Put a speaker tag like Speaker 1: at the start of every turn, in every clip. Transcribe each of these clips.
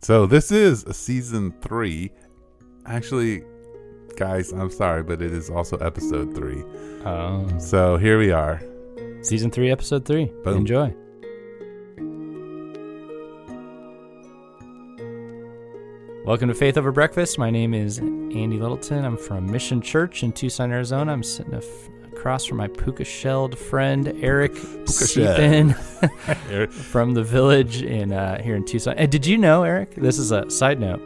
Speaker 1: So this is season three. Actually, guys, I'm sorry, but it is also episode three.
Speaker 2: Oh,
Speaker 1: So here we are.
Speaker 2: season three, episode three.
Speaker 1: Boom.
Speaker 2: Enjoy. Welcome to Faith Over Breakfast. My name is Andy Littleton. I'm from Mission Church in Tucson, Arizona. I'm sitting af- across from my puka shelled friend Eric Seepin
Speaker 1: Eric-
Speaker 2: from the village in uh, here in Tucson. And did you know, Eric? This is a side note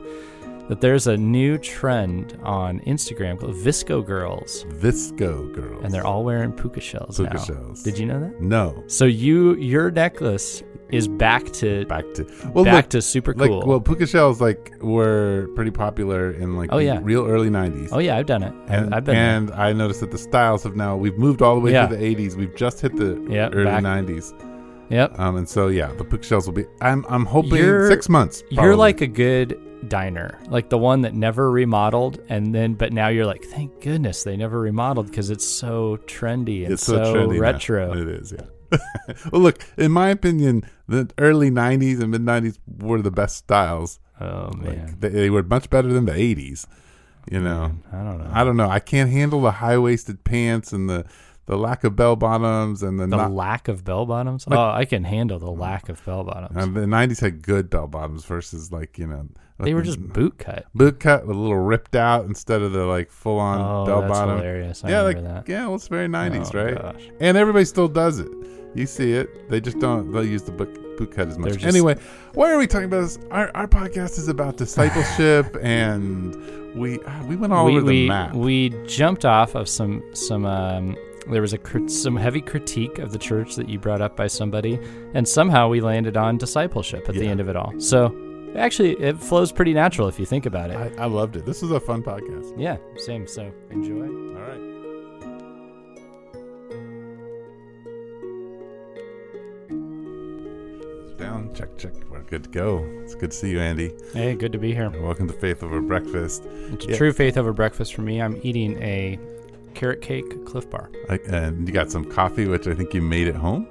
Speaker 2: that there's a new trend on Instagram called Visco Girls,
Speaker 1: Visco girls.
Speaker 2: and they're all wearing puka shells
Speaker 1: Puka
Speaker 2: now.
Speaker 1: shells.
Speaker 2: Did you know that?
Speaker 1: no
Speaker 2: So you your necklace is back to back,
Speaker 1: back to well look,
Speaker 2: to super
Speaker 1: like
Speaker 2: cool.
Speaker 1: well puka shells like were pretty popular in like
Speaker 2: Oh,
Speaker 1: the
Speaker 2: yeah.
Speaker 1: real early 90s.
Speaker 2: oh yeah, I've done it. I've,
Speaker 1: And,
Speaker 2: I've been there.
Speaker 1: and I noticed that the styles have now we've moved all the way
Speaker 2: Yeah.
Speaker 1: through the 80s. We've just hit the
Speaker 2: Yeah,
Speaker 1: early
Speaker 2: back.
Speaker 1: 90s.
Speaker 2: Yep.
Speaker 1: Um, and so yeah, the puka shells will be. I'm I'm hoping
Speaker 2: You're-
Speaker 1: six months. probably.
Speaker 2: You're like a good diner, like the one that never remodeled, and then but now you're like, thank goodness they never remodeled because it's so trendy and
Speaker 1: it's so, trendy now.
Speaker 2: retro.
Speaker 1: It is, yeah. well, look, in my opinion, the early '90s and mid '90s were the best styles.
Speaker 2: Oh
Speaker 1: Like
Speaker 2: man,
Speaker 1: they, they were much better than the '80s. You know,
Speaker 2: I don't know.
Speaker 1: I don't know. I can't handle the high waisted pants and the the lack of bell bottoms and the
Speaker 2: the
Speaker 1: not-
Speaker 2: lack of bell bottoms. oh, I can handle the lack of bell bottoms.
Speaker 1: and the '90s had good bell bottoms versus like you know
Speaker 2: they were
Speaker 1: like
Speaker 2: just boot cut.
Speaker 1: boot cut with a little ripped out instead of the like full on
Speaker 2: Oh,
Speaker 1: bell
Speaker 2: that's
Speaker 1: bottom.
Speaker 2: hilarious. I
Speaker 1: yeah, like
Speaker 2: remember that.
Speaker 1: yeah, well, it's very '90s,
Speaker 2: Oh,
Speaker 1: right?
Speaker 2: gosh.
Speaker 1: And everybody still does it. You see it. They just don't. They'll use the book boot cut as much.
Speaker 2: They're just-
Speaker 1: anyway, why are we talking about this? Our, our podcast is about discipleship, and we ah, we went all
Speaker 2: we,
Speaker 1: over the
Speaker 2: we,
Speaker 1: map.
Speaker 2: we jumped off of some some um, there was a crit- some heavy critique of the church that you brought up by somebody, and somehow we landed on discipleship at the
Speaker 1: Yeah.
Speaker 2: end of it all. So actually, it flows pretty natural if you think about it.
Speaker 1: I, I loved it. This was a fun podcast.
Speaker 2: yeah, same. So enjoy.
Speaker 1: All right. Down, check, check. We're good to go. It's good to see you, Andy.
Speaker 2: Hey, good to be here.
Speaker 1: Welcome to Faith Over Breakfast.
Speaker 2: It's
Speaker 1: Yeah.
Speaker 2: true faith over breakfast for me. I'm eating a carrot cake Cliff Bar.
Speaker 1: I, and you got some coffee, which I think you made at home.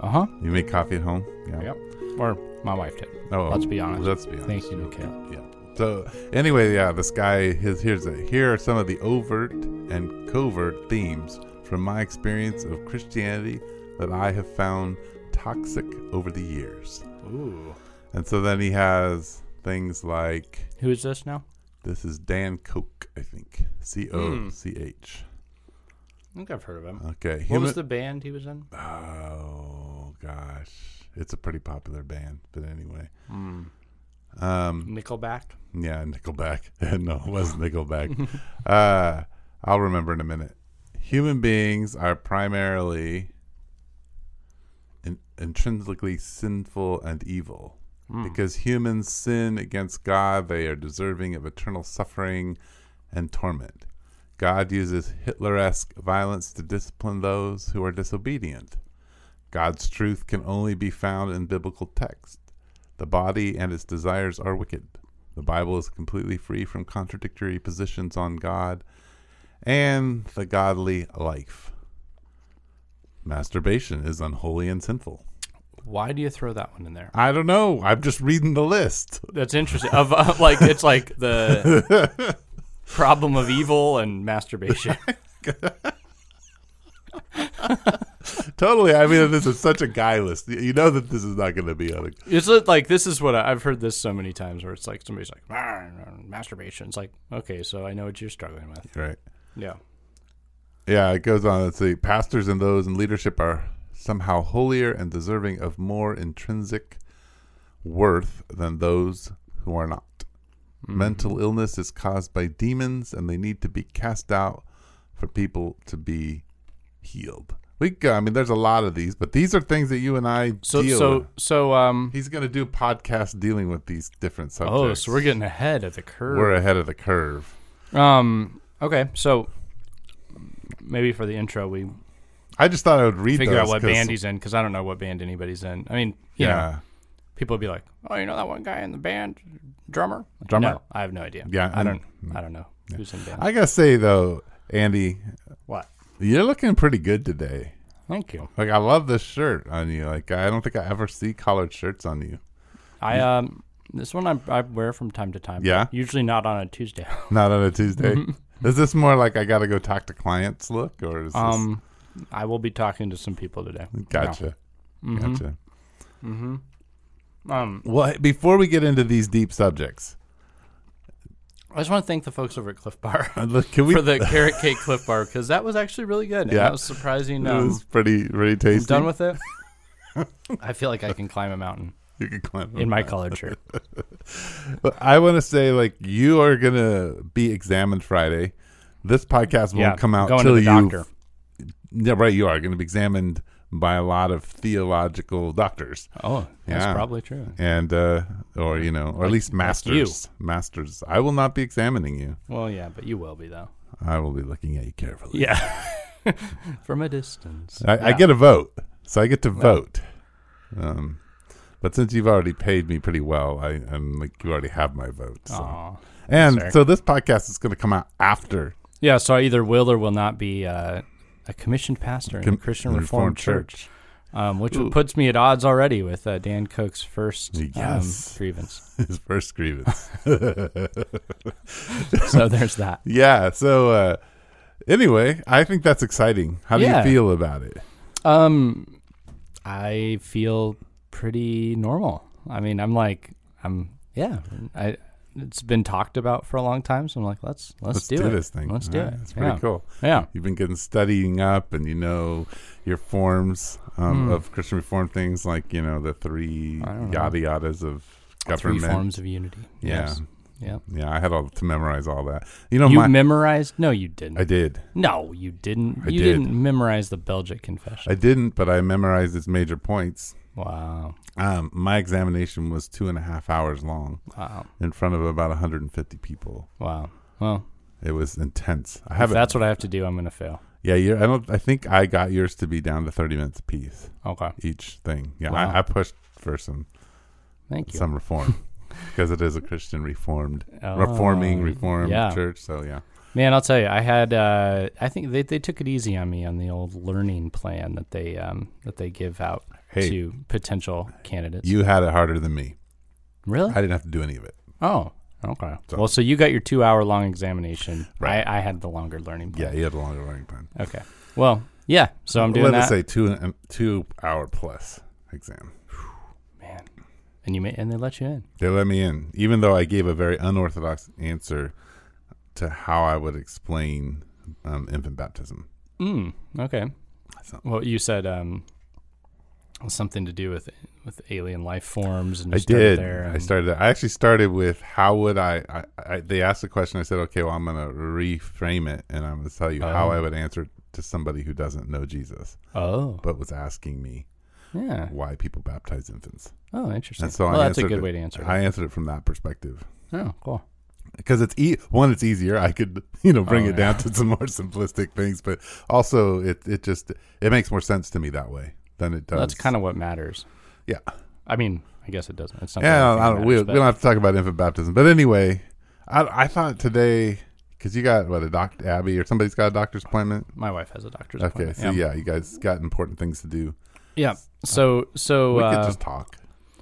Speaker 2: Uh huh.
Speaker 1: You made coffee at home. Yeah.
Speaker 2: Yep. Or my wife did.
Speaker 1: Oh,
Speaker 2: Let's be honest.
Speaker 1: Let's be honest.
Speaker 2: Thank you,
Speaker 1: Okay.
Speaker 2: Mikhail.
Speaker 1: Yeah. So anyway, yeah, this guy. His here's a, here are some of the overt and covert themes from my experience of Christianity that I have found toxic over the years.
Speaker 2: Ooh.
Speaker 1: And so then he has things like
Speaker 2: Who is this now?
Speaker 1: this is Dan Koch, I think C O C H.
Speaker 2: I think I've heard of him.
Speaker 1: Okay.
Speaker 2: Hmm. What was
Speaker 1: Uh, human-
Speaker 2: the band he was in?
Speaker 1: Oh gosh, it's a pretty popular band, but anyway.
Speaker 2: Hmm.
Speaker 1: Um,
Speaker 2: Nickelback.
Speaker 1: Yeah, Nickelback. no, it was Nickelback. uh, I'll remember in a minute. Human beings are primarily in- intrinsically sinful and evil. Because humans sin against God, they are deserving of eternal suffering and torment. God uses Hitler esque violence to discipline those who are disobedient. God's truth can only be found in biblical text. The body and its desires are wicked. The Bible is completely free from contradictory positions on God and the godly life. Masturbation is unholy and sinful.
Speaker 2: Why do you throw that one in there?
Speaker 1: I don't know. I'm just reading the list.
Speaker 2: That's interesting. Of uh, like, it's like the problem of evil and masturbation.
Speaker 1: Totally. I mean, this is such a guy list. You know that this is not going to be on. a-
Speaker 2: It's li- like this is what I, I've heard this so many times, where it's like somebody's like "Arr, masturbation. It's like okay, so I know what you're struggling with.
Speaker 1: Right.
Speaker 2: Yeah.
Speaker 1: Yeah, it goes on. Let's see. Pastors and those in leadership are somehow holier and deserving of more intrinsic worth than those who are not.
Speaker 2: Mm-hmm.
Speaker 1: Mental illness is caused by demons and they need to be cast out for people to be healed. We go, I mean, there's a lot of these, but these are things that you and I
Speaker 2: So
Speaker 1: deal with.
Speaker 2: so so um.
Speaker 1: He's going to do podcasts dealing with these different subjects.
Speaker 2: Oh, so we're getting ahead of the
Speaker 1: We're
Speaker 2: curve.
Speaker 1: ahead of the curve.
Speaker 2: Um. Okay. So maybe for the intro, we
Speaker 1: I just thought I would read
Speaker 2: figure out
Speaker 1: those
Speaker 2: what
Speaker 1: 'cause-
Speaker 2: band he's in because I don't know what band anybody's in. I mean, you know,
Speaker 1: Yeah.
Speaker 2: people would be like, "Oh, you know that one guy in the band, drummer,
Speaker 1: Drummer?
Speaker 2: No, I have no idea.
Speaker 1: Yeah,
Speaker 2: I don't.
Speaker 1: I'm-
Speaker 2: I don't know who's in band.
Speaker 1: I got to say, though, Andy,
Speaker 2: what?
Speaker 1: You're looking pretty good today.
Speaker 2: Thank you.
Speaker 1: Like I love this shirt on you. Like I don't think I ever see collared shirts on you.
Speaker 2: I um, This one I, I wear from time to time.
Speaker 1: Yeah?
Speaker 2: Usually not on a Tuesday.
Speaker 1: Not on a Tuesday. Is this more like I got to go talk to clients look, or is this
Speaker 2: um, I will be talking to some people today.
Speaker 1: gotcha,
Speaker 2: Mm-hmm.
Speaker 1: gotcha?
Speaker 2: Um,
Speaker 1: Well, hey, before we get into these deep subjects,
Speaker 2: I just want to thank the folks over at Cliff Bar
Speaker 1: uh, look, can we?
Speaker 2: for the carrot cake Cliff Bar because that was actually really good. And
Speaker 1: Yeah.
Speaker 2: that was surprising.
Speaker 1: it
Speaker 2: Um,
Speaker 1: was pretty, pretty tasty.
Speaker 2: I'm done with it. I feel like I can climb a mountain
Speaker 1: You can climb
Speaker 2: in my colored shirt.
Speaker 1: But I want to say, like, you are gonna be examined Friday. This podcast won't come out
Speaker 2: going to
Speaker 1: till
Speaker 2: the
Speaker 1: you.
Speaker 2: doctor.
Speaker 1: Yeah, right. You are gonna be examined by a lot of theological doctors,
Speaker 2: Oh, that's
Speaker 1: Yeah.
Speaker 2: probably true.
Speaker 1: and uh or you know, or at least masters. Masters. I will not be examining you.
Speaker 2: Well, yeah, but you will be though.
Speaker 1: I will be looking at you carefully.
Speaker 2: Yeah, from a distance.
Speaker 1: I, I
Speaker 2: Yeah.
Speaker 1: get a vote, so I get to vote. Um, but since you've already paid me pretty well, I, I'm like you already have my vote. So.
Speaker 2: Aw.
Speaker 1: and
Speaker 2: sir.
Speaker 1: so this podcast is going to come out after
Speaker 2: Yeah, so I either will or will not be uh, a commissioned pastor in
Speaker 1: Com-
Speaker 2: a Christian
Speaker 1: in a
Speaker 2: Reformed,
Speaker 1: Reformed
Speaker 2: Church, Um, which
Speaker 1: Ooh.
Speaker 2: puts me at odds already with uh, Dan Cook's first um,
Speaker 1: Yes.
Speaker 2: grievance.
Speaker 1: his first grievance.
Speaker 2: So there's that.
Speaker 1: yeah. So uh, anyway, I think that's exciting. How do
Speaker 2: Yeah.
Speaker 1: you feel about it?
Speaker 2: Um, I feel pretty normal. I mean, I'm like, I'm yeah. I it's been talked about for a long time, so I'm like, let's let's,
Speaker 1: Let's do,
Speaker 2: it.
Speaker 1: this thing.
Speaker 2: Let's
Speaker 1: All
Speaker 2: do
Speaker 1: right,
Speaker 2: it.
Speaker 1: It's pretty
Speaker 2: yeah.
Speaker 1: cool.
Speaker 2: Yeah.
Speaker 1: You've been getting studying up, and you know your forms um, of Christian Reform things, like you know the three
Speaker 2: Hmm. I don't know.
Speaker 1: yada yadas of
Speaker 2: Three
Speaker 1: government.
Speaker 2: forms of unity.
Speaker 1: Yeah.
Speaker 2: Yes. Yeah.
Speaker 1: Yeah, I had all to memorize all that. You know,
Speaker 2: you
Speaker 1: Oh, my,
Speaker 2: memorized? No, you didn't.
Speaker 1: I did.
Speaker 2: no, you didn't.
Speaker 1: I
Speaker 2: you
Speaker 1: did.
Speaker 2: not memorize the Belgic Confession.
Speaker 1: I didn't, but I memorized its major points.
Speaker 2: wow.
Speaker 1: Um, my examination was two and a half hours long
Speaker 2: Wow.
Speaker 1: in front of about 150 people.
Speaker 2: Wow. Well,
Speaker 1: It was intense. I
Speaker 2: if
Speaker 1: haven't.
Speaker 2: that's what I have to do, I'm gonna fail.
Speaker 1: yeah, you're, I don't. I think I got yours to be down to 30 minutes apiece
Speaker 2: Okay.
Speaker 1: each thing. Yeah,
Speaker 2: Wow.
Speaker 1: I, I pushed for some
Speaker 2: Thank you.
Speaker 1: some reform because it is a Christian reformed,
Speaker 2: Oh.
Speaker 1: reforming, reformed
Speaker 2: yeah.
Speaker 1: church. So yeah,
Speaker 2: Man, I'll tell you, I had uh, I think they, they took it easy on me on the old learning plan that they um, that they give out
Speaker 1: Hey.
Speaker 2: to potential candidates.
Speaker 1: you had it harder than me.
Speaker 2: really?
Speaker 1: I didn't have to do any of it.
Speaker 2: oh, okay.
Speaker 1: So-
Speaker 2: Well, so you got your two hour long examination.
Speaker 1: Right.
Speaker 2: I, I had the longer learning
Speaker 1: Yeah,
Speaker 2: plan.
Speaker 1: you had a longer learning plan.
Speaker 2: Yeah. Okay. Well, yeah. So I'm doing
Speaker 1: Let us
Speaker 2: that,
Speaker 1: say two and two hour plus exam.
Speaker 2: man. And you may, and they let you in.
Speaker 1: They let me in, even though I gave a very unorthodox answer to how I would explain um, infant baptism.
Speaker 2: Mm, okay.
Speaker 1: So-
Speaker 2: Well, you said um, something to do with with alien life forms, and you
Speaker 1: I
Speaker 2: started
Speaker 1: did.
Speaker 2: There
Speaker 1: I
Speaker 2: and-
Speaker 1: started. I actually started with how would I, I, I? They asked the question. I said, okay, well, I'm going to reframe it, and I'm going to tell you how
Speaker 2: Oh.
Speaker 1: I would answer to somebody who doesn't know Jesus,
Speaker 2: Oh,
Speaker 1: but was asking me
Speaker 2: yeah.
Speaker 1: why people baptize infants.
Speaker 2: Oh, interesting.
Speaker 1: And so
Speaker 2: well,
Speaker 1: I
Speaker 2: that's a
Speaker 1: answered
Speaker 2: good
Speaker 1: it-
Speaker 2: way to answer. it.
Speaker 1: I answered it from that perspective.
Speaker 2: Oh, cool.
Speaker 1: because it's e- one it's easier i could you know bring
Speaker 2: Oh,
Speaker 1: it down to some more simplistic things but also it it just it makes more sense to me that way than it does
Speaker 2: That's kind of what matters.
Speaker 1: Yeah.
Speaker 2: I mean, I guess it doesn't. It's not.
Speaker 1: yeah
Speaker 2: that
Speaker 1: I don't- I
Speaker 2: anything
Speaker 1: don't- we,
Speaker 2: matters,
Speaker 1: we don't have to talk about infant baptism but anyway i, I thought today because you got what a doc abby or somebody's got a doctor's appointment
Speaker 2: but My wife has a doctor's
Speaker 1: okay
Speaker 2: appointment.
Speaker 1: so yeah. you guys got important things to do
Speaker 2: yeah. So so
Speaker 1: we
Speaker 2: uh,
Speaker 1: could just talk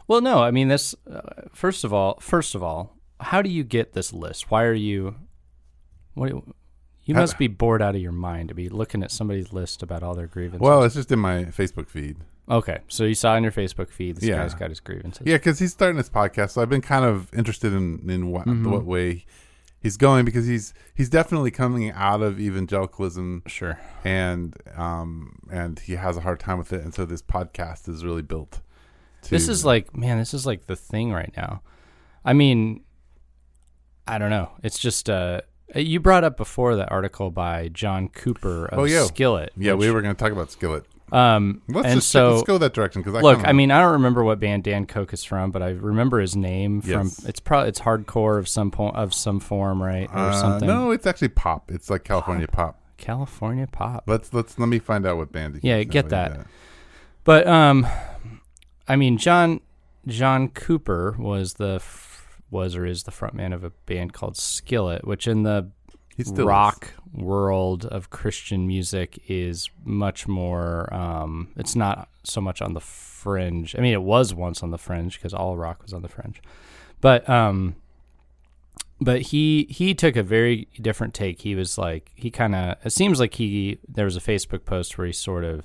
Speaker 2: well, no. I mean, this. Uh, first of all, first of all, how do you get this list? Why are you? What? do You, you
Speaker 1: How-
Speaker 2: must be bored out of your mind to be looking at somebody's list about all their grievances.
Speaker 1: well it's just in my facebook feed
Speaker 2: okay. So you saw on your Facebook feed this
Speaker 1: Yeah.
Speaker 2: guy's got his grievances.
Speaker 1: Yeah, because he's starting this podcast, so I've been kind of interested in in what what way he's going because he's he's definitely coming out of evangelicalism
Speaker 2: Sure.
Speaker 1: and um and he has a hard time with it, and so this podcast is really built. To,
Speaker 2: This is like, man, this is like the thing right now. I mean, I don't know. It's just uh you brought up before that article by John Cooper of
Speaker 1: Oh, yeah.
Speaker 2: Skillet.
Speaker 1: yeah,
Speaker 2: which-
Speaker 1: we were going to talk about Skillet.
Speaker 2: um
Speaker 1: Let's
Speaker 2: and
Speaker 1: just
Speaker 2: so
Speaker 1: let's go that direction because
Speaker 2: look,
Speaker 1: kinda,
Speaker 2: I mean, I don't remember what band Dan Koch is from, but I remember his name
Speaker 1: Yes.
Speaker 2: from it's probably it's hardcore of some po- of some form, right? Or
Speaker 1: uh,
Speaker 2: something.
Speaker 1: No, it's actually pop. It's like California pop.
Speaker 2: California pop.
Speaker 1: Let's let's let me find out what band. he
Speaker 2: Yeah,
Speaker 1: is.
Speaker 2: get
Speaker 1: Wait a
Speaker 2: that.
Speaker 1: minute.
Speaker 2: But um, I mean, John John Cooper was the f- was or is the frontman of a band called Skillet, which in the
Speaker 1: He still is.
Speaker 2: rock world of Christian music is much more. Um, it's not so much on the fringe. I mean, it was once on the fringe because all rock was on the fringe, But um, but he he took a very different take. He was like he kind of it seems like he there was a Facebook post where he sort of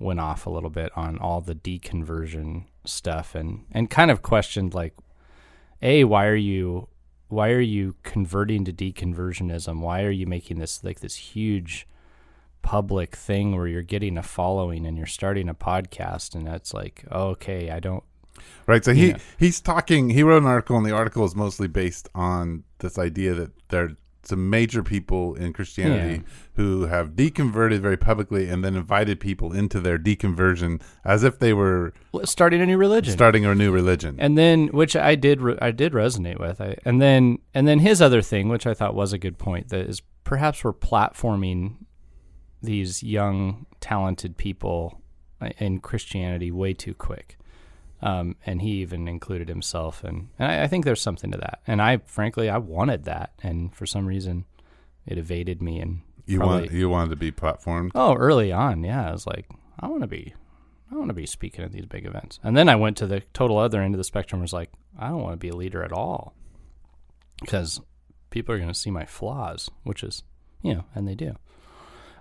Speaker 2: went off a little bit on all the deconversion stuff and and kind of questioned like a why are you why are you converting to deconversionism? Why are you making this like this huge public thing where you're getting a following and you're starting a podcast and that's like oh, okay, I don't
Speaker 1: Right. So he
Speaker 2: Yeah.
Speaker 1: he's talking. He wrote an article, and the article is mostly based on this idea that there are some major people in Christianity who have deconverted very publicly, and then invited people into their deconversion as if they were
Speaker 2: starting a new religion.
Speaker 1: starting a new religion.
Speaker 2: and then which I did re- I did resonate with. I, and then and then his other thing, which I thought was a good point, that is perhaps we're platforming these young talented people in Christianity way too quick. Um, and he even included himself, and, and I, I think there's something to that. And I frankly I wanted that, and for some reason it evaded me. And
Speaker 1: you
Speaker 2: probably-
Speaker 1: want you wanted to be platformed.
Speaker 2: Oh, early on, yeah. I was like, I want to be, I want to be speaking at these big events. And then I went to the total other end of the spectrum. Was like, I don't want to be a leader at all, because people are going to see my flaws, which is, you know, and they do.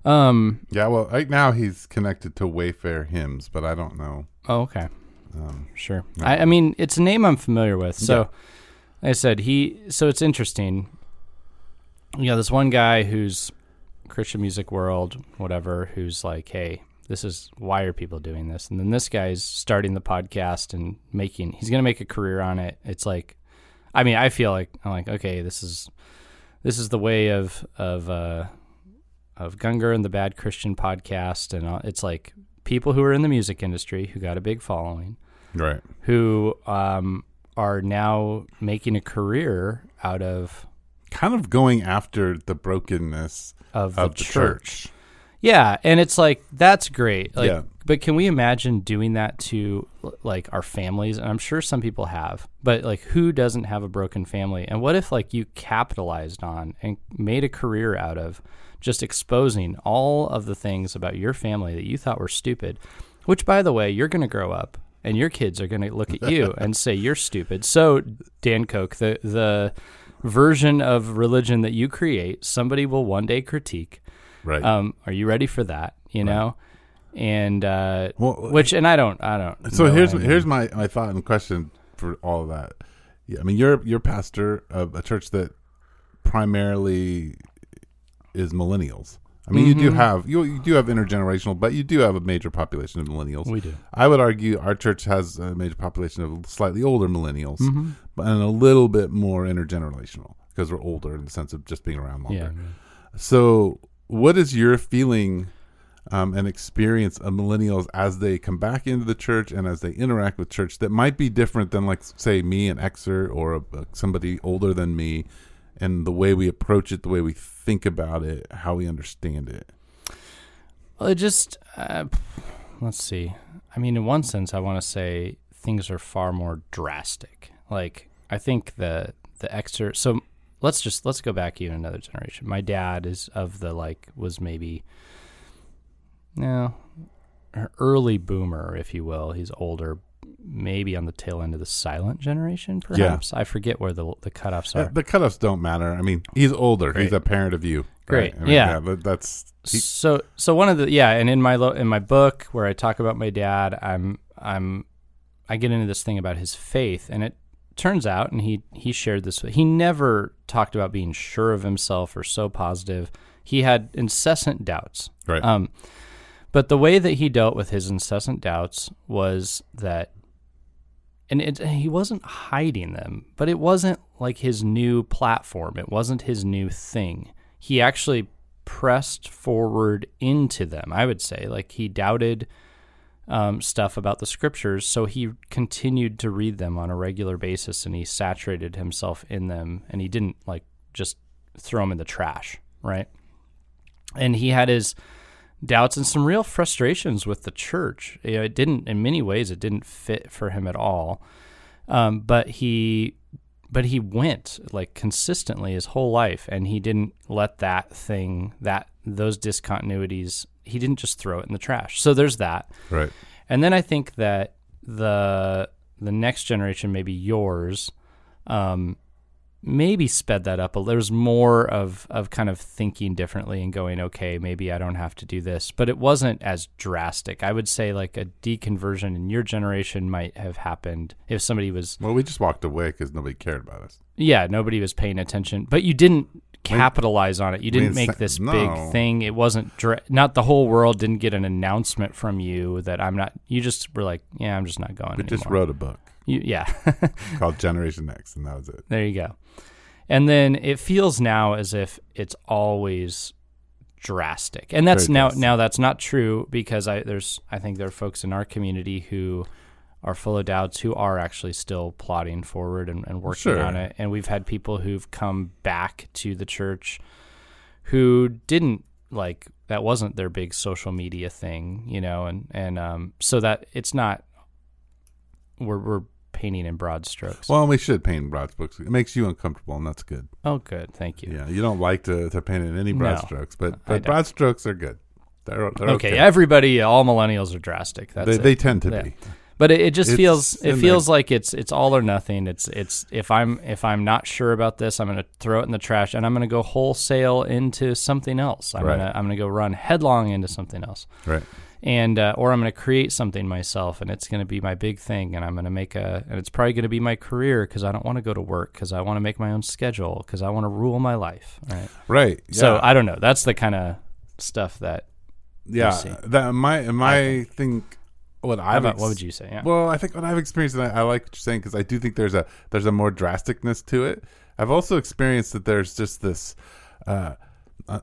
Speaker 2: Um.
Speaker 1: Yeah. Well, right now he's connected to Wayfair hymns, but I don't know.
Speaker 2: Oh, okay.
Speaker 1: Um,
Speaker 2: Sure.
Speaker 1: No.
Speaker 2: I, I mean, it's a name I'm familiar with. So, like I said he. So it's interesting. You know, this one guy who's Christian music world, whatever, who's like, hey, this is why are people doing this? And then this guy's starting the podcast and making. He's going to make a career on it. It's like, I mean, I feel like I'm like, okay, this is this is the way of of uh, of Gunger and the Bad Christian podcast, and all, it's like people who are in the music industry who got a big following
Speaker 1: right.
Speaker 2: who um, are now making a career out of
Speaker 1: Kind of going after the brokenness
Speaker 2: of the,
Speaker 1: of the
Speaker 2: church.
Speaker 1: church.
Speaker 2: Yeah, and it's like that's great. Like,
Speaker 1: Yeah.
Speaker 2: but can we imagine doing that to l- like our families? And I'm sure some people have, but like who doesn't have a broken family? And what if like you capitalized on and made a career out of just exposing all of the things about your family that you thought were stupid, which by the way, you're going to grow up and your kids are going to look at you and say you're stupid. So Dan Koch, the the version of religion that you create, somebody will one day critique
Speaker 1: Right.
Speaker 2: um, are you ready for that? You know, and uh,
Speaker 1: Well,
Speaker 2: which and I don't, I don't.
Speaker 1: So
Speaker 2: know,
Speaker 1: here's
Speaker 2: I mean,
Speaker 1: here's my, my thought and question for all of that. Yeah, I mean you're you're pastor of a church that primarily is millennials. I mean you do
Speaker 2: Mm-hmm.
Speaker 1: have you you do have intergenerational, but you do have a major population of millennials.
Speaker 2: we do.
Speaker 1: I would argue our church has a major population of slightly older millennials,
Speaker 2: Mm-hmm.
Speaker 1: but and a little bit more intergenerational because we're older in the sense of just being around longer.
Speaker 2: Yeah,
Speaker 1: So, what is your feeling um, and experience of millennials as they come back into the church and as they interact with church that might be different than, like, say, me and Xer or uh, somebody older than me, and the way we approach it, the way we think about it, how we understand it?
Speaker 2: well, it just uh, let's see. I mean, in one sense, I want to say things are far more drastic. Like I think the the extra. So let's just let's go back even another generation. My dad is of the like was maybe no early boomer, if you will. He's older. Maybe on the tail end of the silent generation, perhaps. I forget where the the cutoffs are.
Speaker 1: Uh, The cutoffs don't matter. I mean, he's older. He's
Speaker 2: Great.
Speaker 1: a parent of you.
Speaker 2: Great.
Speaker 1: I mean,
Speaker 2: Yeah.
Speaker 1: that- that's he-
Speaker 2: so so one of the yeah and in my lo- in my book where i talk about my dad i'm i'm i get into this thing about his faith and it turns out and he he shared this he never talked about being sure of himself or so positive he had incessant doubts
Speaker 1: right.
Speaker 2: um, but the way that he dealt with his incessant doubts was that, and it, he wasn't hiding them, but it wasn't like his new platform. It wasn't his new thing. He actually pressed forward into them, I would say. Like he doubted um, stuff about the scriptures, so he continued to read them on a regular basis and he saturated himself in them and he didn't like just throw them in the trash, right? and he had his doubts and some real frustrations with the church. You know, it didn't, in many ways, it didn't fit for him at all. Um, but he, but he went like consistently his whole life, and he didn't let that thing that those discontinuities. He didn't just throw it in the trash. So there's that.
Speaker 1: right.
Speaker 2: And then I think that the the next generation, maybe yours, um, maybe sped that up. a There's more of of kind of thinking differently and going, okay, maybe I don't have to do this. But it wasn't as drastic. I would say like a deconversion in your generation might have happened if somebody was
Speaker 1: Well, we just walked away because nobody cared about us.
Speaker 2: yeah, nobody was paying attention, but you didn't capitalize on it. You didn't
Speaker 1: insa-
Speaker 2: make this
Speaker 1: no.
Speaker 2: big thing. It wasn't dra- not the whole world didn't get an announcement from you that I'm not. You just were like, yeah, I'm just not going.
Speaker 1: We
Speaker 2: anymore.
Speaker 1: just wrote a book
Speaker 2: You, yeah,
Speaker 1: called Generation X, and that was it.
Speaker 2: there you go. And then it feels now as if it's always drastic, and that's
Speaker 1: Very
Speaker 2: now
Speaker 1: drastic.
Speaker 2: now that's not true because I there's I think there are folks in our community who are full of doubts who are actually still plotting forward and, and working
Speaker 1: Sure.
Speaker 2: on it. And we've had people who've come back to the church who didn't like that wasn't their big social media thing, you know, and and um, so that it's not we're we're painting in broad strokes.
Speaker 1: Well, we should paint broad strokes. It makes you uncomfortable, and that's good.
Speaker 2: oh, good, thank you.
Speaker 1: Yeah, you don't like to, to paint in any broad
Speaker 2: No,
Speaker 1: strokes, but,
Speaker 2: I
Speaker 1: but
Speaker 2: don't.
Speaker 1: broad strokes are good. They're, they're
Speaker 2: okay,
Speaker 1: okay.
Speaker 2: everybody, all millennials are drastic. That's
Speaker 1: they,
Speaker 2: it.
Speaker 1: they tend to
Speaker 2: Yeah.
Speaker 1: be.
Speaker 2: but it, it just
Speaker 1: It's
Speaker 2: feels
Speaker 1: in
Speaker 2: it
Speaker 1: there.
Speaker 2: feels like it's it's all or nothing. It's it's if I'm if I'm not sure about this, I'm going to throw it in the trash and I'm going to go wholesale into something else. I'm
Speaker 1: Right.
Speaker 2: gonna I'm going to go run headlong into something else,
Speaker 1: Right.
Speaker 2: and uh, or I'm going to create something myself and it's going to be my big thing and I'm going to make a and it's probably going to be my career because I don't want to go to work because I want to make my own schedule because I want to rule my life. Right.
Speaker 1: Right.
Speaker 2: So
Speaker 1: yeah.
Speaker 2: I don't know. That's the kind of stuff that. see.
Speaker 1: yeah, that my my thing. What
Speaker 2: How
Speaker 1: I've
Speaker 2: about,
Speaker 1: ex-
Speaker 2: what would you say? Yeah.
Speaker 1: Well, I think what I've experienced, and I, I like what you're saying because I do think there's a there's a more drasticness to it. I've also experienced that there's just this, uh, uh,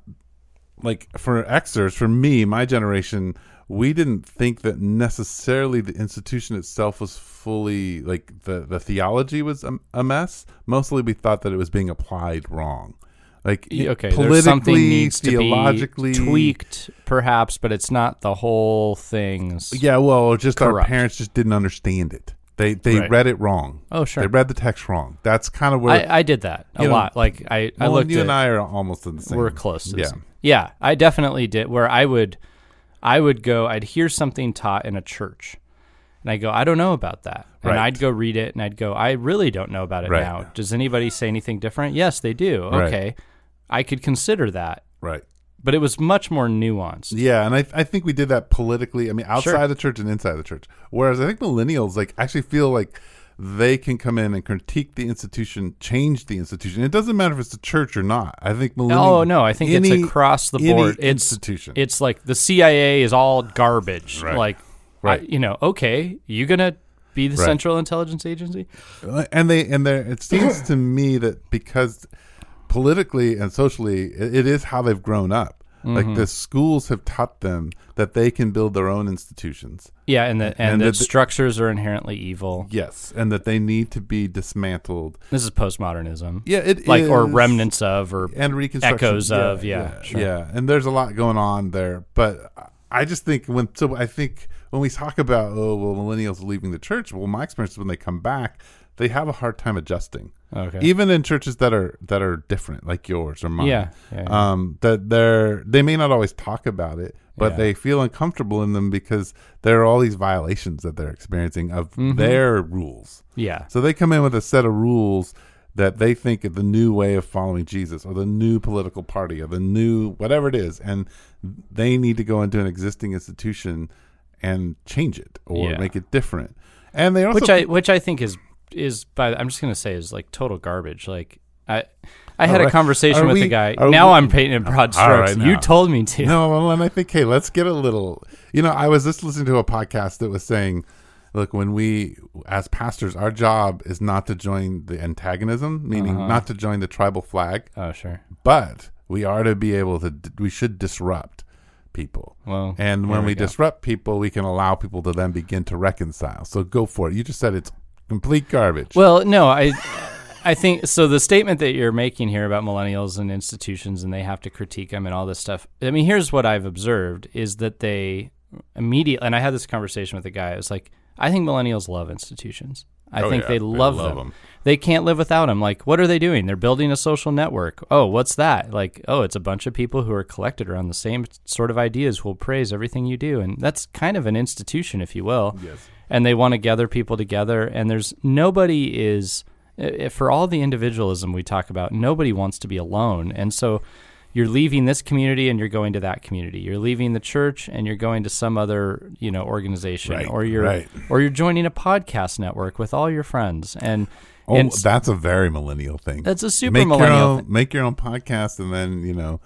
Speaker 1: like for Xers, for me, my generation, we didn't think that necessarily the institution itself was fully like the the theology was a, a mess. Mostly, we thought that it was being applied wrong. Like
Speaker 2: Y- okay,
Speaker 1: politically,
Speaker 2: there's something needs
Speaker 1: theologically,
Speaker 2: to be tweaked, perhaps, but it's not the whole things.
Speaker 1: Yeah, well, just our
Speaker 2: Corrupt.
Speaker 1: parents just didn't understand it. They they
Speaker 2: Right.
Speaker 1: read it wrong.
Speaker 2: Oh, sure.
Speaker 1: They read the text wrong. That's kind of where
Speaker 2: I, I did that a
Speaker 1: You know,
Speaker 2: lot. Like I, I
Speaker 1: well,
Speaker 2: looked
Speaker 1: you
Speaker 2: at,
Speaker 1: and I are almost in the same.
Speaker 2: we're close. To
Speaker 1: yeah,
Speaker 2: yeah, yeah, I definitely did. Where I would, I would go. I'd hear something taught in a church, and I go, I don't know about that. And
Speaker 1: Right.
Speaker 2: I'd go read it, and I'd go, I really don't know about it
Speaker 1: Right.
Speaker 2: now. Does anybody say anything different? Yes, they do.
Speaker 1: Right.
Speaker 2: Okay, I could consider that,
Speaker 1: right.
Speaker 2: but it was much more nuanced.
Speaker 1: Yeah, and I I think we did that politically. I mean, outside
Speaker 2: Sure.
Speaker 1: the church and inside the church. Whereas I think millennials like actually feel like they can come in and critique the institution, change the institution. It doesn't matter if it's the church or not. I think millennials.
Speaker 2: Oh no, I think
Speaker 1: any-
Speaker 2: it's across the
Speaker 1: any
Speaker 2: board. It's
Speaker 1: institution.
Speaker 2: It's like the CIA is all garbage.
Speaker 1: Right.
Speaker 2: Like,
Speaker 1: Right.
Speaker 2: I- you know, okay, you gonna be the
Speaker 1: Right.
Speaker 2: Central Intelligence Agency?
Speaker 1: and they and there it seems to me that because politically and socially it, it is how they've grown up like the schools have taught them that they can build their own institutions
Speaker 2: Yeah, and the and,
Speaker 1: And
Speaker 2: the,
Speaker 1: that the-
Speaker 2: structures are inherently evil.
Speaker 1: yes and that they need to be dismantled
Speaker 2: This is postmodernism.
Speaker 1: yeah it
Speaker 2: like or
Speaker 1: is-
Speaker 2: remnants of or
Speaker 1: and reconstruction
Speaker 2: echoes of, yeah,
Speaker 1: yeah,
Speaker 2: sure.
Speaker 1: yeah. and there's a lot going on there but I- i just think when so i think when we talk about oh well millennials are leaving the church well my experience is when they come back they have a hard time adjusting
Speaker 2: okay.
Speaker 1: even in churches that are that are different like yours or mine
Speaker 2: yeah, yeah, yeah.
Speaker 1: um that they're they may not always talk about it but
Speaker 2: Yeah.
Speaker 1: they feel uncomfortable in them because there are all these violations that they're experiencing of
Speaker 2: Mm-hmm.
Speaker 1: their rules
Speaker 2: yeah.
Speaker 1: so they come in with a set of rules that they think of the new way of following jesus or the new political party or the new whatever it is and they need to go into an existing institution and change it or
Speaker 2: Yeah.
Speaker 1: make it different and they also
Speaker 2: which I which I think is is by I'm just gonna say is like total garbage. Like I I had
Speaker 1: Are
Speaker 2: a
Speaker 1: we-
Speaker 2: conversation
Speaker 1: are
Speaker 2: with
Speaker 1: we-
Speaker 2: a guy.
Speaker 1: are
Speaker 2: Now
Speaker 1: we-
Speaker 2: I'm painting in broad
Speaker 1: All right,
Speaker 2: strokes.
Speaker 1: now.
Speaker 2: you told me to.
Speaker 1: No, well, and I think, hey, let's get a little. You know, I was just listening to a podcast that was saying, look, when we, as pastors, our job is not to join the antagonism, meaning
Speaker 2: Uh-huh.
Speaker 1: not to join the tribal flag,
Speaker 2: Oh sure.
Speaker 1: but we are to be able to, we should disrupt people.
Speaker 2: Well,
Speaker 1: and when
Speaker 2: here
Speaker 1: we,
Speaker 2: we go.
Speaker 1: disrupt people, we can allow people to then begin to reconcile. So go for it. You just said it's complete garbage.
Speaker 2: Well, no, I I think so the statement that you're making here about millennials and institutions and they have to critique them and all this stuff. I mean, here's what I've observed is that they immediately and I had this conversation with a guy. I was like, I think millennials love institutions. I
Speaker 1: Oh,
Speaker 2: think
Speaker 1: yeah,
Speaker 2: they love, them. They can't live without them. Like, what are they doing? They're building a social network. Oh, what's that? Like, oh, it's a bunch of people who are collected around the same sort of ideas who will praise everything you do. And that's kind of an institution, if you will
Speaker 1: Yes.
Speaker 2: and they want to gather people together and there's nobody is i- i- for all the individualism we talk about, nobody wants to be alone. And so you're leaving this community and you're going to that community. You're leaving the church and you're going to some other, you know, organization
Speaker 1: Right,
Speaker 2: or you're
Speaker 1: right.
Speaker 2: or you're joining a podcast network with all your friends. And
Speaker 1: Oh,
Speaker 2: and
Speaker 1: that's a very millennial thing.
Speaker 2: That's a super
Speaker 1: make
Speaker 2: millennial
Speaker 1: Your own,
Speaker 2: thing.
Speaker 1: Make your own podcast and then you know,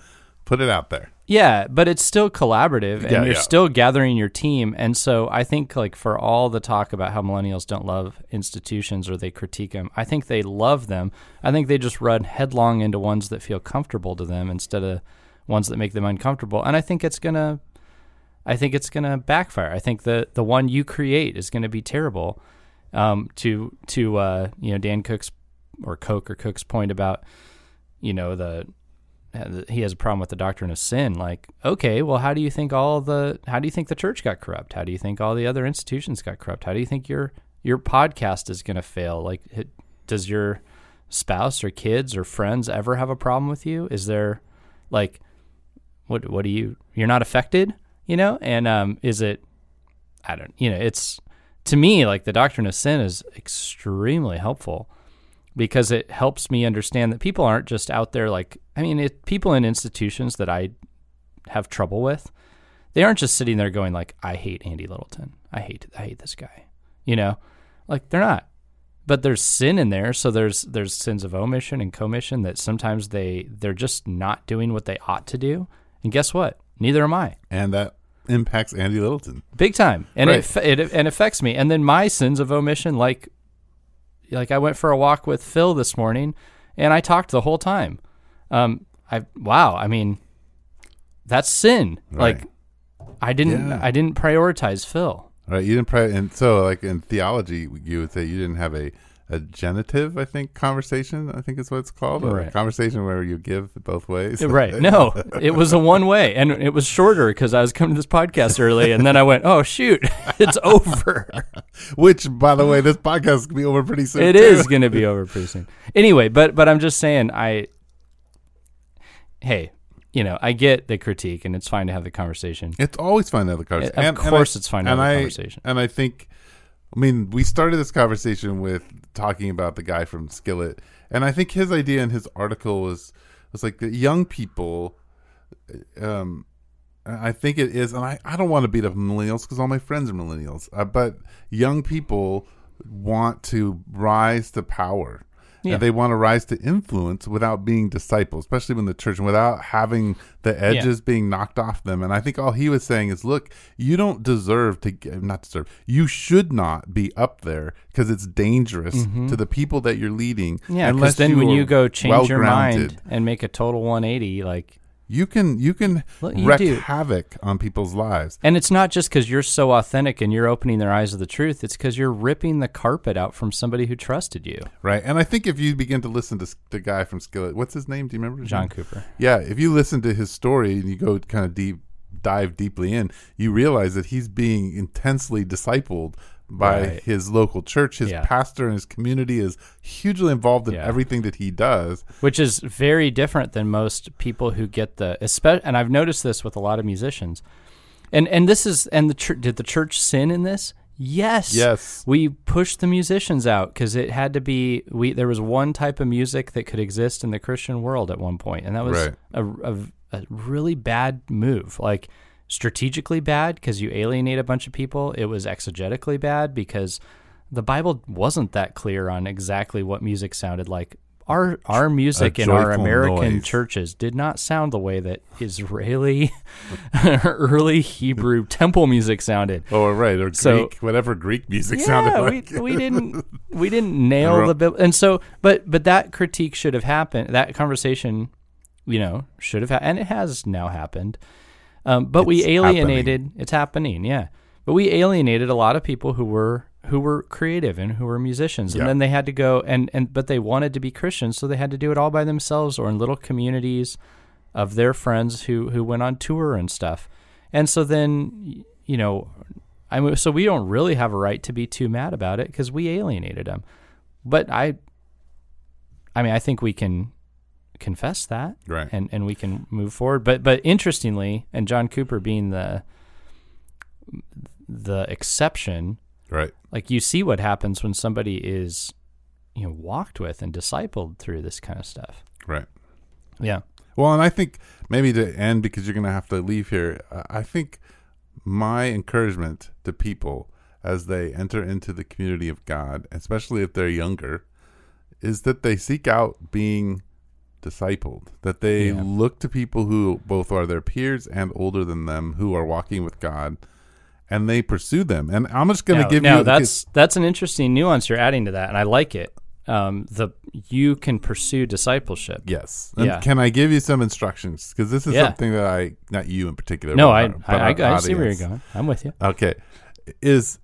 Speaker 1: put it out there.
Speaker 2: Yeah, but it's still collaborative and
Speaker 1: Yeah,
Speaker 2: you're
Speaker 1: yeah.
Speaker 2: still gathering your team. And so I think like for all the talk about how millennials don't love institutions or they critique them, I think they love them. I think they just run headlong into ones that feel comfortable to them instead of ones that make them uncomfortable. And I think it's going to I think it's going to backfire. I think the the one you create is going to be terrible. Um, to to uh, you know Dan Cook's or Coke or Cook's point about you know the uh, he has a problem with the doctrine of sin. Like, okay, well, how do you think all the how do you think the church got corrupt? How do you think all the other institutions got corrupt? How do you think your your podcast is going to fail? Like, it, does your spouse or kids or friends ever have a problem with you? Is there like what what do you you're not affected you know and um is it i don't you know it's to me like the doctrine of sin is extremely helpful because it helps me understand that people aren't just out there like i mean it, people in institutions that i have trouble with they aren't just sitting there going like i hate andy littleton i hate i hate this guy you know like they're not but there's sin in there so there's there's sins of omission and commission that sometimes they they're just not doing what they ought to do and guess what neither am i
Speaker 1: And that impacts Andy Littleton.
Speaker 2: big time and
Speaker 1: Right.
Speaker 2: it, fa- it and affects me and then my sins of omission like like i went for a walk with phil this morning and i talked the whole time um i wow i mean that's sin
Speaker 1: Right.
Speaker 2: like i didn't
Speaker 1: Yeah.
Speaker 2: i didn't prioritize phil
Speaker 1: Right? You didn't probably, and so like in theology, you would say you didn't have a a genitive, I think, conversation. I think is what it's called, or a
Speaker 2: Right.
Speaker 1: conversation where you give both ways.
Speaker 2: right no it was a one way and it was shorter because i was coming to this podcast early and then i went oh shoot it's over
Speaker 1: Which, by the way, this podcast could be over pretty soon.
Speaker 2: It
Speaker 1: too.
Speaker 2: is going to be over pretty soon. Anyway, but but I'm just saying, I hey, you know, I get the critique, and it's fine to have the conversation.
Speaker 1: It's always fun to have the conversation.
Speaker 2: Of course it's fun to have
Speaker 1: and
Speaker 2: the
Speaker 1: I-
Speaker 2: conversation.
Speaker 1: And I think, I mean, we started this conversation with talking about the guy from Skillet, and I think his idea in his article was was like the young people. Um, I think it is, and I, I don't want to beat up millennials because all my friends are millennials, uh, but young people want to rise to power.
Speaker 2: Yeah.
Speaker 1: And they want to rise to influence without being disciples, especially when the church, and without having the edges
Speaker 2: Yeah.
Speaker 1: is being knocked off them. And I think all he was saying is, look, you don't deserve to get, not deserve, you should not be up there because it's dangerous to the people that you're leading.
Speaker 2: Mm-hmm. Yeah, because then when
Speaker 1: are
Speaker 2: you go change your mind
Speaker 1: well-grounded.
Speaker 2: and make a total 180, like,
Speaker 1: you can you can
Speaker 2: Well, you
Speaker 1: wreak
Speaker 2: do.
Speaker 1: havoc on people's lives.
Speaker 2: and it's not just because you're so authentic and you're opening their eyes to the truth. It's because you're ripping the carpet out from somebody who trusted you,
Speaker 1: Right. And I think if you begin to listen to s- the guy from Skillet, what's his name? Do you remember? his
Speaker 2: John
Speaker 1: name?
Speaker 2: Cooper.
Speaker 1: Yeah, if you listen to his story and you go kind of deep dive deeply in, you realize that he's being intensely discipled by
Speaker 2: Right.
Speaker 1: his local church. His
Speaker 2: Yeah.
Speaker 1: pastor and his community is hugely involved in
Speaker 2: Yeah.
Speaker 1: everything that he does.
Speaker 2: which is very different than most people who get the espe and I've noticed this with a lot of musicians. And and this is and the chur did the church sin in this? Yes.
Speaker 1: Yes.
Speaker 2: We pushed the musicians out cuz it had to be we there was one type of music that could exist in the Christian world at one point and that was
Speaker 1: Right.
Speaker 2: a, a a really bad move. Like strategically bad cuz you alienate a bunch of people. It was exegetically bad because the Bible wasn't that clear on exactly what music sounded like. Our our music in our
Speaker 1: joyful
Speaker 2: American
Speaker 1: noise.
Speaker 2: churches did not sound the way that Israeli early Hebrew temple music sounded.
Speaker 1: Oh, right. Or
Speaker 2: So-
Speaker 1: Greek, whatever Greek music
Speaker 2: yeah,
Speaker 1: sounded like.
Speaker 2: we, we didn't we didn't nail the bill. And so, but but that critique should have happened. That conversation, you know, should have ha- and it has now happened. Um, but we
Speaker 1: It's happening.
Speaker 2: alienated. It's happening. Yeah, but we alienated a lot of people who were who were creative and who were musicians,
Speaker 1: Yeah.
Speaker 2: and then they had to go and and but they wanted to be Christians, so they had to do it all by themselves or in little communities of their friends who who went on tour and stuff. And so then y- you know, I mean, so we don't really have a right to be too mad about it because we alienated them. But I, I mean, I think we can confess that
Speaker 1: Right.
Speaker 2: and and we can move forward. But but interestingly, and John Cooper being the the exception,
Speaker 1: right.
Speaker 2: like you see what happens when somebody is, you know walked with and discipled through this kind of stuff.
Speaker 1: Right.
Speaker 2: Yeah.
Speaker 1: Well, and I think maybe to end because you're going to have to leave here. uh, I- I think my encouragement to people as they enter into the community of God, especially if they're younger, is that they seek out being discipled, that they
Speaker 2: Yeah.
Speaker 1: look to people who both are their peers and older than them who are walking with God and they pursue them. And I'm just going to
Speaker 2: now,
Speaker 1: give
Speaker 2: now
Speaker 1: you
Speaker 2: that's that's an interesting nuance you're adding to that, and I like it. Um, the you can pursue discipleship.
Speaker 1: Yes. And
Speaker 2: Yeah.
Speaker 1: Can I give you some instructions? Because this is
Speaker 2: Yeah.
Speaker 1: something that I, not you in particular.
Speaker 2: No,
Speaker 1: but
Speaker 2: I
Speaker 1: our- but
Speaker 2: I, I,
Speaker 1: our
Speaker 2: I see where you're
Speaker 1: audience.
Speaker 2: going. I'm with you.
Speaker 1: Okay. Is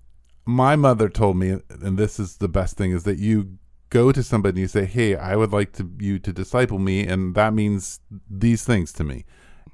Speaker 1: my mother told me, and this is the best thing, is that you go to somebody and you say, Hey, I would like to you to disciple me, and that means these things to me.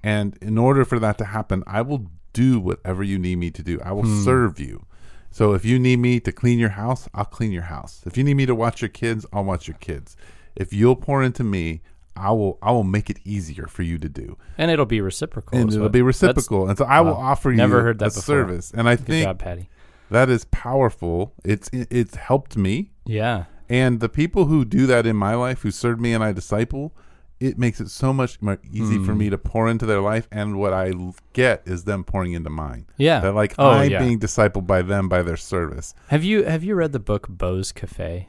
Speaker 1: And in order for that to happen, I will do whatever you need me to do. I will
Speaker 2: Hmm.
Speaker 1: serve you. So if you need me to clean your house, I'll clean your house. If you need me to watch your kids, I'll watch your kids. If you'll pour into me, I will I will make it easier for you to do.
Speaker 2: And it'll be reciprocal.
Speaker 1: And
Speaker 2: is
Speaker 1: it'll
Speaker 2: what-
Speaker 1: be
Speaker 2: that's-
Speaker 1: reciprocal. And so I will
Speaker 2: wow.
Speaker 1: offer you
Speaker 2: Never heard that
Speaker 1: a
Speaker 2: before.
Speaker 1: service. And I
Speaker 2: Good
Speaker 1: think
Speaker 2: job, Patty.
Speaker 1: that is powerful. It's it's helped me,
Speaker 2: Yeah.
Speaker 1: and the people who do that in my life, who serve me and I disciple, it makes it so much more easy
Speaker 2: Hmm.
Speaker 1: for me to pour into their life, and what I l- get is them pouring into mine.
Speaker 2: Yeah.
Speaker 1: That like
Speaker 2: Oh,
Speaker 1: I'm
Speaker 2: yeah.
Speaker 1: being discipled by them by their service.
Speaker 2: Have you have you read the book Bo's Cafe?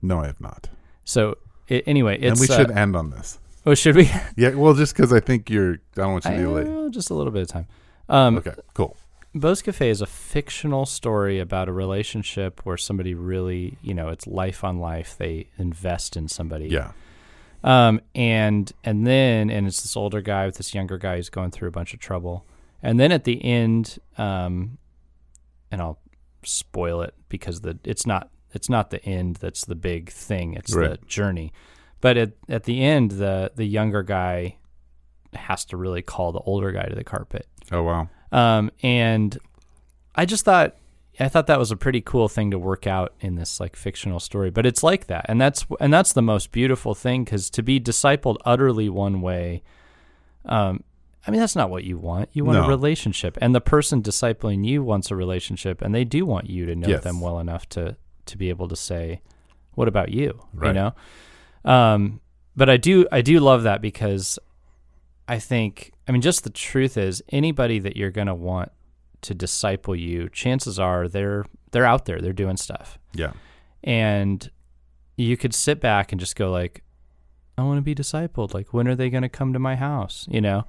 Speaker 1: No, I have not.
Speaker 2: So i anyway, it's
Speaker 1: and we
Speaker 2: uh,
Speaker 1: should end on this.
Speaker 2: oh should we?
Speaker 1: Yeah, well, just because I think you're, I don't want you to be late.
Speaker 2: Uh, just a little bit of time. Um,
Speaker 1: Okay, cool.
Speaker 2: Bo's Cafe is a fictional story about a relationship where somebody really, you know, it's life on life. They invest in somebody.
Speaker 1: Yeah,
Speaker 2: Um, and and then and it's this older guy with this younger guy who's going through a bunch of trouble. And then at the end, um, and I'll spoil it because the it's not it's not the end that's the big thing. It's the
Speaker 1: Right.
Speaker 2: journey. But at at the end, the the younger guy has to really call the older guy to the carpet.
Speaker 1: Oh wow.
Speaker 2: Um, and I just thought I thought that was a pretty cool thing to work out in this like fictional story. But it's like that, and that's and that's the most beautiful thing because to be discipled utterly one way, um, I mean that's not what you want. You want a
Speaker 1: No.
Speaker 2: relationship, and the person discipling you wants a relationship, and they do want you to know
Speaker 1: Yes.
Speaker 2: them well enough to to be able to say, "What about you?" You
Speaker 1: Right.
Speaker 2: know. Um, but I do I do love that because I think, I mean, just the truth is, anybody that you're going to want to disciple you, chances are they're they're out there, they're doing stuff,
Speaker 1: Yeah,
Speaker 2: and you could sit back and just go like, I want to be discipled. Like, when are they going to come to my house? You know,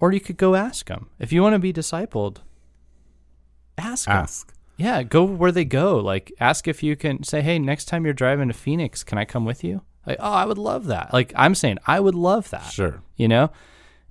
Speaker 2: or you could go ask them if you want to be discipled. Ask 'em.
Speaker 1: ask.
Speaker 2: yeah, go where they go. Like, ask if you can say, hey, next time you're driving to Phoenix, can I come with you? Like, oh, I would love that. Like, I'm saying, I would love that
Speaker 1: Sure.
Speaker 2: you know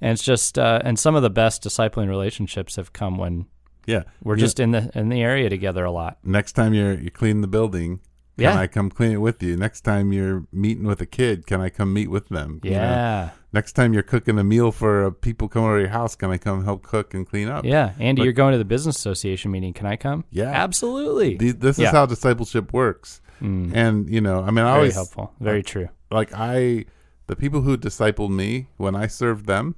Speaker 2: and it's just uh, and some of the best discipling relationships have come when
Speaker 1: Yeah,
Speaker 2: we're
Speaker 1: Yeah.
Speaker 2: just in the in the area together a lot
Speaker 1: next time you're you clean the building, can
Speaker 2: Yeah.
Speaker 1: I come clean it with you? Next time you're meeting with a kid, can I come meet with them? You know?
Speaker 2: yeah
Speaker 1: Next time you're cooking a meal for uh, people coming over to your house, can I come help cook and clean up?
Speaker 2: yeah andy
Speaker 1: But-
Speaker 2: you're going to the business association meeting can i come
Speaker 1: Yeah.
Speaker 2: absolutely
Speaker 1: The- this is
Speaker 2: Yeah.
Speaker 1: how discipleship works.
Speaker 2: Mm.
Speaker 1: And you know, I mean, I
Speaker 2: very
Speaker 1: always
Speaker 2: helpful very true
Speaker 1: like I the people who discipled me when I served them,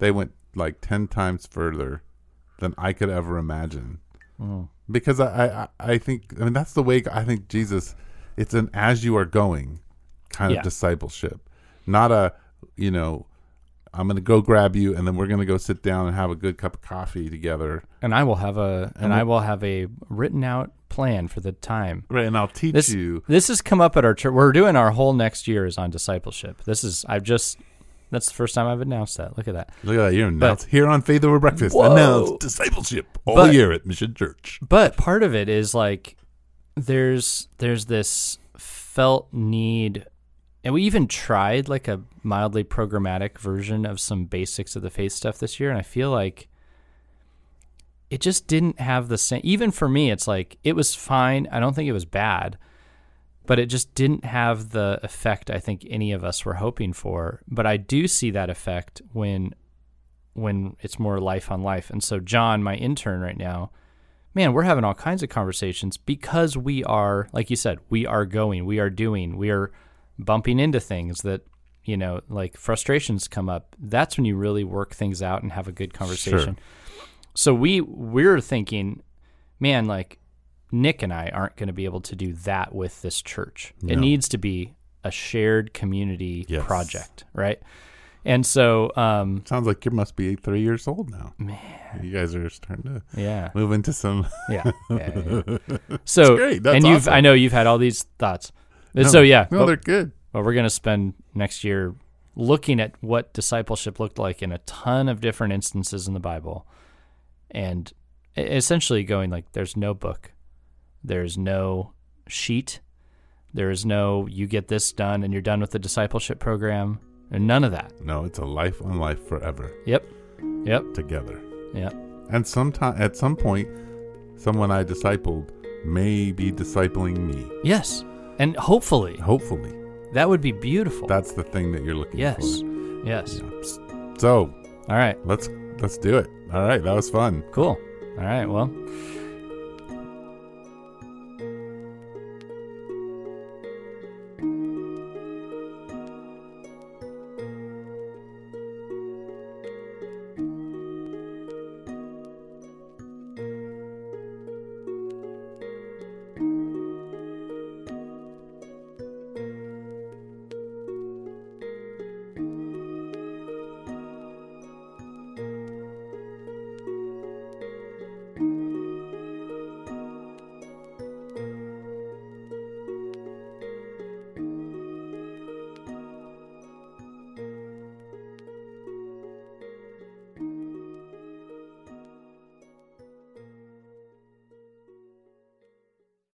Speaker 1: they went like ten times further than I could ever imagine. Oh. Because I, I- I I think I mean that's the way I think Jesus. It's an as you are going kind
Speaker 2: Yeah.
Speaker 1: of discipleship, not a you know I'm going to go grab you and then we're going to go sit down and have a good cup of coffee together.
Speaker 2: and i will have a and,
Speaker 1: we-
Speaker 2: i will have a written out plan for the time
Speaker 1: Right, and I'll teach
Speaker 2: this
Speaker 1: you.
Speaker 2: this has come up at our church we're doing our whole next year is on discipleship this is i've just that's the first time i've announced that look at that
Speaker 1: Look at that, you're announced here on Faith Over Breakfast.
Speaker 2: Whoa.
Speaker 1: Announced discipleship all
Speaker 2: But-
Speaker 1: year at Mission Church.
Speaker 2: but part of it is like there's there's this felt need and we even tried like a mildly programmatic version of some basics of the faith stuff this year and i feel like it just didn't have the same even for me it's like it was fine i don't think it was bad but it just didn't have the effect i think any of us were hoping for but i do see that effect when when it's more life on life and so john my intern right now man, we're having all kinds of conversations because we are, like you said, we are going, we are doing, we are bumping into things that, you know, like frustrations come up. That's when you really work things out and have a good conversation. So we we're thinking, man, like Nick and I aren't going to be able to do that with this church. It
Speaker 1: No.
Speaker 2: needs to be a shared community
Speaker 1: Yes.
Speaker 2: project, right? And so, um,
Speaker 1: Sounds like you must be three years old now. Man, you guys are starting to
Speaker 2: yeah,
Speaker 1: move into some.
Speaker 2: yeah. yeah, yeah, yeah. So,
Speaker 1: great. That's
Speaker 2: and you've,
Speaker 1: awesome.
Speaker 2: I know you've had all these thoughts. And
Speaker 1: No,
Speaker 2: so, yeah,
Speaker 1: no,
Speaker 2: but-
Speaker 1: they're good.
Speaker 2: But we're going to spend next year looking at what discipleship looked like in a ton of different instances in the Bible and e- essentially going like there's no book. There's no sheet. There is no you get this done and you're done with the discipleship program and none of that.
Speaker 1: No, it's a life on life forever
Speaker 2: Yep. Yep.
Speaker 1: together.
Speaker 2: Yep.
Speaker 1: And sometime at some point, someone I discipled may be discipling me.
Speaker 2: Yes. And hopefully
Speaker 1: Hopefully,
Speaker 2: that would be beautiful.
Speaker 1: that's the thing that you're looking
Speaker 2: yes.
Speaker 1: for.
Speaker 2: Yes.
Speaker 1: So
Speaker 2: All right.
Speaker 1: let's let's do it. All right, that was fun.
Speaker 2: Cool. All right. Well,